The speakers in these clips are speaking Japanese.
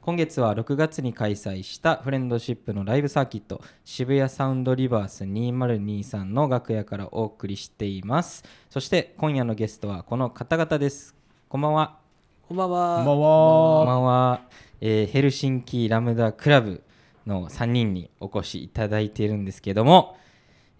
今月は6月に開催したフレンドシップのライブサーキット渋谷サウンドリバース2023の楽屋からお送りしていますそして今夜のゲストはこの方々ですこんばんはこんばんは。こんばこんんばは。んは、えーヘルシンキラムダクラブの3人にお越しいただいているんですけども、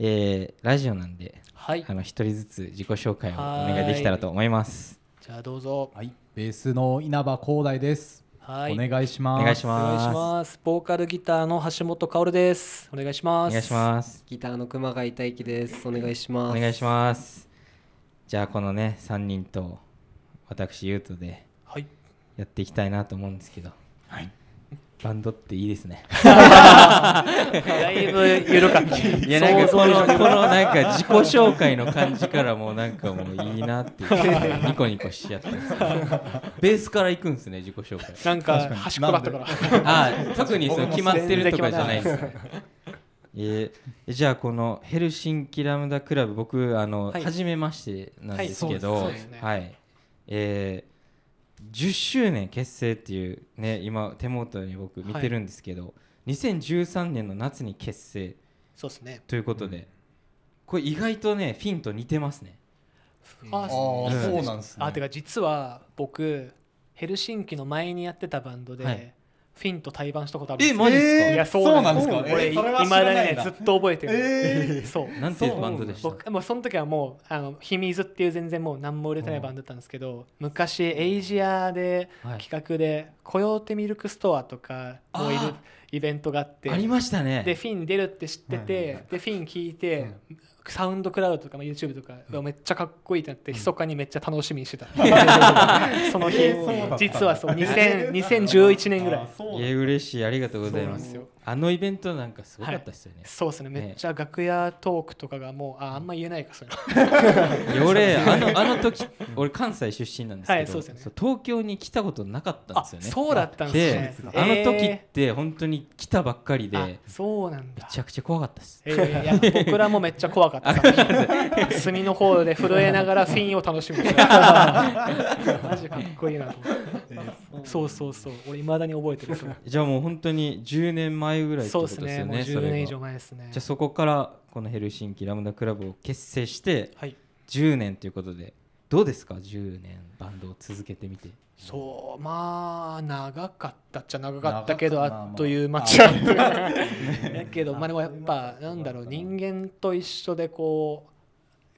えーラジオなんではいあ。の一人ずつ自己紹介をお願いできたらと思います。じゃあどうぞ。はい、ベースの稲葉光大です。はい。お願いします。お願いしお願いまします。ボーカルギターの橋本薫です。お願いしまおす。願いします。ギターの熊谷大輝です。お願いしおます。願いします。じゃあこのね3人と私ゆうとではい。やっていきたいなと思うんですけど、はいバンドっていいです ね。だいぶ緩かった。いやなんかこのこのなんか自己紹介の感じからもうなんかもういいなっていう ニコニコしちゃったんですけどベースから行くんですね自己紹 介。 なんか端っこだったから。あー特にその決まってるとかじゃないんですね。えーじゃあこのヘルシンキラムダクラブ僕あの、はい初めましてなんですけど、はいはそういですねえー10周年結成っていうね今手元に僕見てるんですけど、2013年の夏に結成そうですね。ということで、これ意外とねフィンと似てますね。あああ、そうなんですね。あてか実は僕ヘルシンキの前にやってたバンドで、はいフィンと対バンしたことあるんえですよマジっすか、えいやそうなんですそうなんですか俺えいそれはま知らないなだにねずっと覚えてる、えそうなんていうバンドでした僕もうその時はもうあの「秘密」っていう全然もう何も売れてないバンドだったんですけど、昔エイジアではい企画で「コヨーテミルクストア」とかもういるあイベントがあってありましたでね。フィン出るって知ってて、はいはいはいでフィン聞いて、サウンドクラウドとかまあ YouTube とか、うわめっちゃかっこいいってなって、密かにめっちゃ楽しみにしてた その日、えーそうだったんだ実はそう2000 2011年ぐらいあーそういや嬉しいありがとうございそうなま。んですすよあのイベントなんかすごかったですよね。そうですねめっちゃ楽屋トークとかがもうああんま言えないか それいや 俺あのあの 時俺関西出身なんですけど、はいそうですよねそう東京に来たことなかったんあですよね。そうだったんでですね、あの時っえて本当に来たばっかりで、ーあそうなんめだちゃくちゃ怖かったです。えーいや僕らもめっちゃ怖かった隅の方で震えながらフィンを楽し むマジかっこいいなと思ってえーそうそうそう俺いまだに覚え てるそれじゃあもう本当に10年前ぐらいってそうこでとすですねよもうね。 10れが年以上前ですねじゃあそこからこのヘルシンキラムダクラブを結成してはい10年ということでどうですか10年バンドを続けてみてそうまあ長かったっちゃ長かったけど長かったなあっという間っまあちゃあっという間だ けどまあでもやっぱあっという間なんだろう人間と一緒でこう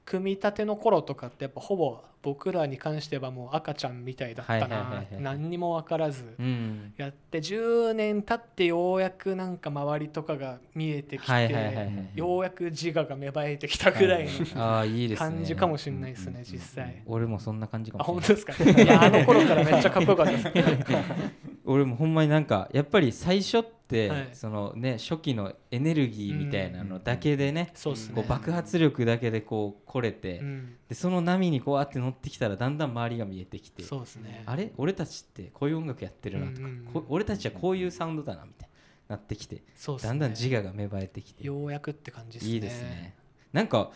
組み立ての頃とかってやっぱほぼ僕らに関してはもう赤ちゃんみたいだったはいはいはいはないはい何にも分からずうんやって10年経ってようやくなんか周りとかが見えてきはいはいはいはていようやく自我が芽生えてきたぐらいのああいいですね感じかもしれないですね実際俺もそんな感じかあ本も当しれなでいすかいやあの頃からめっちゃかっこよかったです俺もほんまになんかやっぱり最初って、はいそのね初期のエネルギーみたいなのだけでね、そうっすねこう爆発力だけでこう来れて、うんでその波にこうあって乗ってきたらだんだん周りが見えてきてそうですねあれ俺たちってこういう音楽やってるなとか、うんうんうんこ俺たちはこういうサウンドだなみたいななってきて、そうっすねだんだん自我が芽生えてきてようやくって感じですねいいですねなんか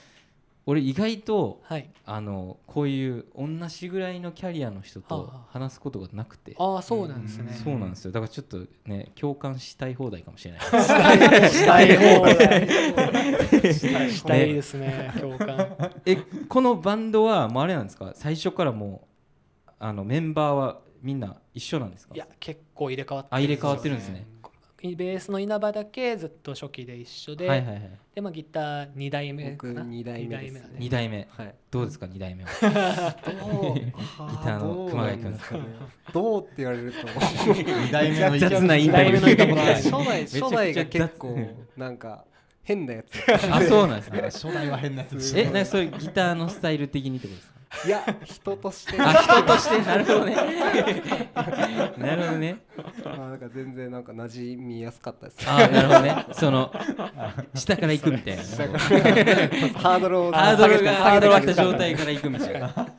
俺意外とはいあのこういう同じぐらいのキャリアの人はあとは話すことがなくてああそうなんですね、そうなんですよだからちょっとね共感したい放題かもしれないしたい方だしたいですね共感えこのバンドはもうあれなんですか最初からもうあのメンバーはみんな一緒なんですかいや結構入れ替わってあ入れ替わってるんですねベースの稲葉だけずっと初期で一緒で、はいはいはいでまあギター2代目かな僕二代目ですね二代2代目はい。どうですか2代目は ギターの熊谷君どうって言われると 二代目の意見雑なイン二タビ代目ュの板子ー初代ちゃくちゃ初代が結構なんか変なやつ あそうなんですなんかね初代は変なやつでしたえなんかそういうギターのスタイル的にってことですかいや人とし てあ人としてなるほどね なるほどねまあなんか全然なんか馴染みやすかったですああなるほどねその下から行くみたいな下から ハードルをハードルがハードルが上がっ下げてた状 態から行くみたいな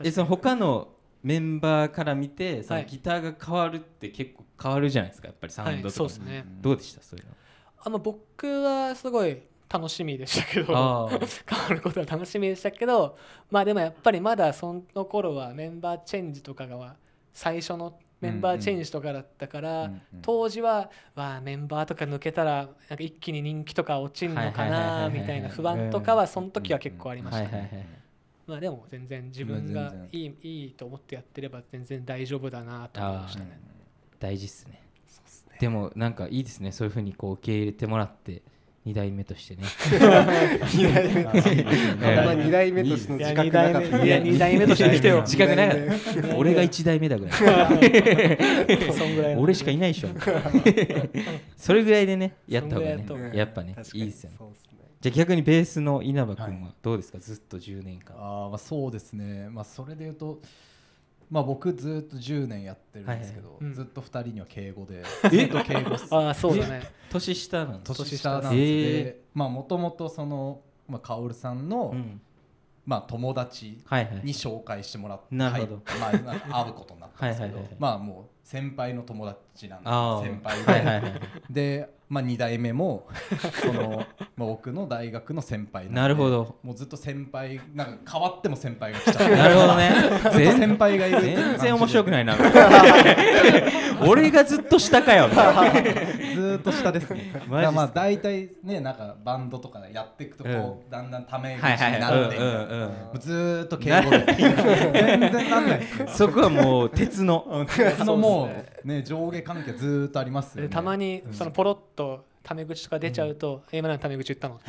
えその他のメンバーから見てそのはいギターが変わるって結構変わるじゃないですかやっぱりサウはンドといかそうも、ですねどうでしたそういうのあまあ僕はすごい楽しみでしたけどあ変わることは楽しみでしたけどまあでもやっぱりまだその頃はメンバーチェンジとかが最初のメンバーチェンジとかだったから、当時はわあメンバーとか抜けたらなんか一気に人気とか落ちるのかはいはいはいはいはないみたいな不安とかはその時は結構ありましはたいね、はいはいまあでも全然自分がいいいいと思ってやってれば全然大丈夫だなと思いましたね。大事っすねそうっすねでもなんかいいですねそういうふうにこう受け入れてもらって2代目としてね2代目としてあんま2代目としての自覚なかったいや二代目として来てよ自覚なかったた俺が1代目だぐらい そんぐらいの俺しかいないでしょそれぐらいでねやった方がそんねぐらいややったっぱねいいですよねそうっすねじゃあ逆にベースの稲葉君ははどうですか、ずっと10年間あーまあそうですね、まあ、それで言うと、まあ、僕ずっと10年やってるんですけど、はいはいうんずっと2人には敬語でずっと敬語っすああそうだね。年下なんです年下なんえでもともとその、まあ、薫さんの、うんまあ、友達はいはいに紹介してもらって、なるほどはいまあ、会うことになったんですけどはいはいはいはいまあもう先輩の友達なんでああ先輩で,、はいはいはいで、まあ、2代目もその、まあ、僕の大学の先輩んでなるほどもうずっと先輩なんか変わっても先輩が 来ちゃうなるほどね ずっと全先輩がいるっていう感じで全然面白くないな 俺がずっと下かよみたいな ずーっと下ですね。マジっすかだからまあ大体ねなんかバンドとかやっていくとこう、だんだんため口はいはいにはいなってみたいな、うんうんうんもうずーっと敬語で全然なんないですよ。そこはもう鉄 のそのもうね上下関係ずーっとありますよ、でね。たまにそのポロッとタメ口とか出ちゃうと「え今のタメ口言ったの?」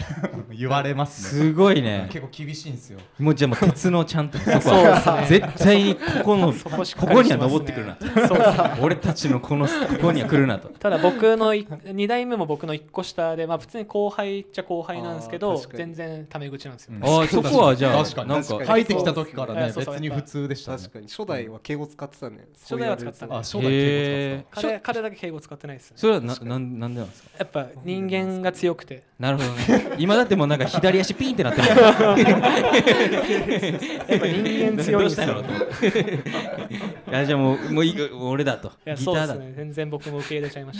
言われますね。すごいね結構厳しいんですよ。もうじゃあもう鉄のちゃんとそこそうではすね絶対にここのそこしっかこりこにはしてますね登ってくるなそうそう俺たちのこのここには来るなとただ僕の2代目も僕の1個下でまあ普通に後輩っちゃ後輩なんですけあーど確かに全然タメ口なんですよ、うんああそこはじゃあ確かになん確かかに入ってきた時からねそう別そうに普通でしたね。確かに初代は敬語使ってたね初代は使ってたあね初代敬語使ってた。彼彼だけ敬語使ってないですねそれはななんなんでなんですかやっぱ人間が強くてなるほどね今だってもうなんか左足ピンってなって るやっぱ人間強いんですよどうしたのといやじゃあもうもういい俺だといやギそタうーだですとね全然僕も受け入れちゃいまし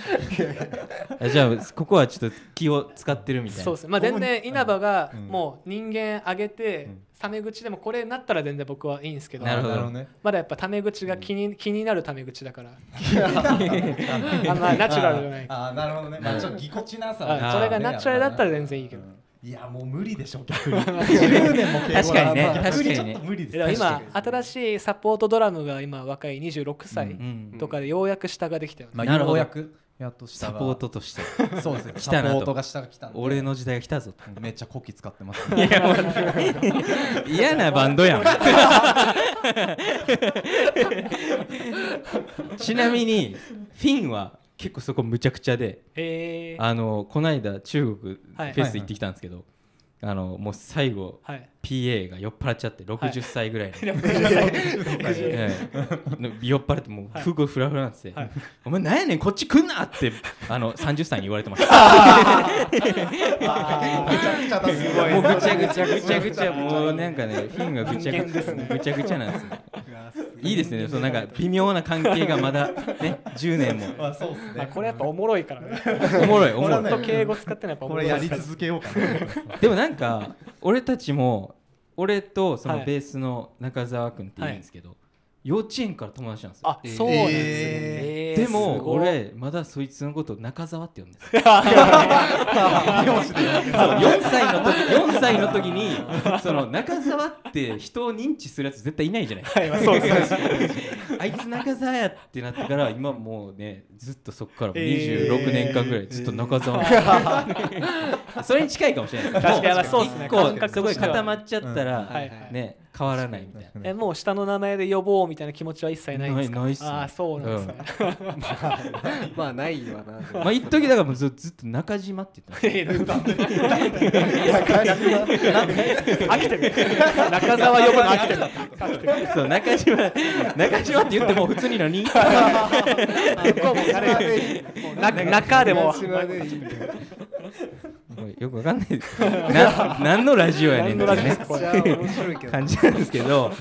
たあじゃあここはちょっと気を使ってるみたいなそうですねまあ全然稲葉がうんもう人間上げてタメ口でもこれになったら全然僕はいいんですけどなるほどね。まだやっぱタメ口が気に気になるタメ口だ から あんまナチュラルじゃないあーあーなるほどね。まあちょっとぎこちなさはいあーは。それがナチュラルだったら全然いいけどいやもう無理でしょ逆に10年も敬語だ確かにねまあ逆確かにねちょっと無理いやです今新しいサポートドラムが今若い26歳うんとかでようやく下ができたよね、まなあるほどようやくやっと下サがポートと してそうですね来サたなとポートが下が来たんで俺の時代が来たぞとめっちゃコキ使って ますいねやもう嫌なバンド やんちなみにフィンは結構そこむちゃくちゃでえー、あのこの間中国フはいェス行ってきたんですけど、あのもう最後はい PA が酔っ払っちゃってい60歳ぐらいの、 60ええの酔っ払ってもう服フラフラなんですよ、はいお前なんやねんこっち来んなってあの30歳に言われてましためちゃくちゃだすごもうぐちゃぐちゃぐちゃぐちゃもうなんかねフィンがぐちゃぐちゃぐちゃぐちゃなんですねいいですねそうなんか微妙な関係がまだね10年もまあそうですまあねこれやっぱおもろいからねおもろいおもこれはろねいと敬語使ってないやっぱおこもろれいやり続けようか なでもなんか俺たちも俺とそはのいベースの中澤君っていうんですけど、幼稚園から友達なんですよあそうなんですね、えーですもごい 俺まだそいつのこと中澤って呼んでるんです容 姿で4歳の時4歳の時にその中澤って人を認知するやつ絶対いないじゃないはいまあそうですねあいつ中澤やってなってから今もうねずっとそこからもうえー26年間ぐらいずっと中澤、 それに近いかもしれないです確かにまあそうですね一個感覚すごいとしては固まっちゃったら、はいはい ね変わらないみたいえもう下の名前で呼ぼうみたいな気持ちは一切ないんですなかいないっすねああそうなんですね、 まあないわななまあ一時だからもうずずっと中島って言って 飽きてる中澤呼ぶの飽きてるた そう中島中島って言っても普通に 何向こうも慣れるもうな中で も東村でいいよもうよくわかんないですな何のラジオやねんっていう何のラジオでねすじゃあ面白いけど感じなんですけど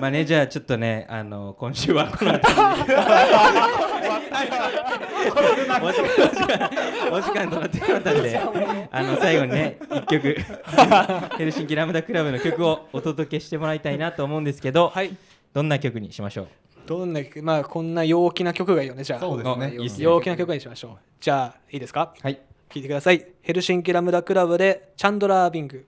まあねじゃあちょっとねあの今週はこの辺りでお時間お時間となってしまったのであの最後にね一 曲ヘルシンキラムダクラブの曲をお届けしてもらいたいなと思うんですけど、どんな曲にしましょうどんな曲まあこんな陽気な曲がいいよねじゃあそうですねあいいっすね陽気な曲にしましょうじゃあいいですかはい聴いてくださいヘルシンキラムダクラブでチャンドラー・ビング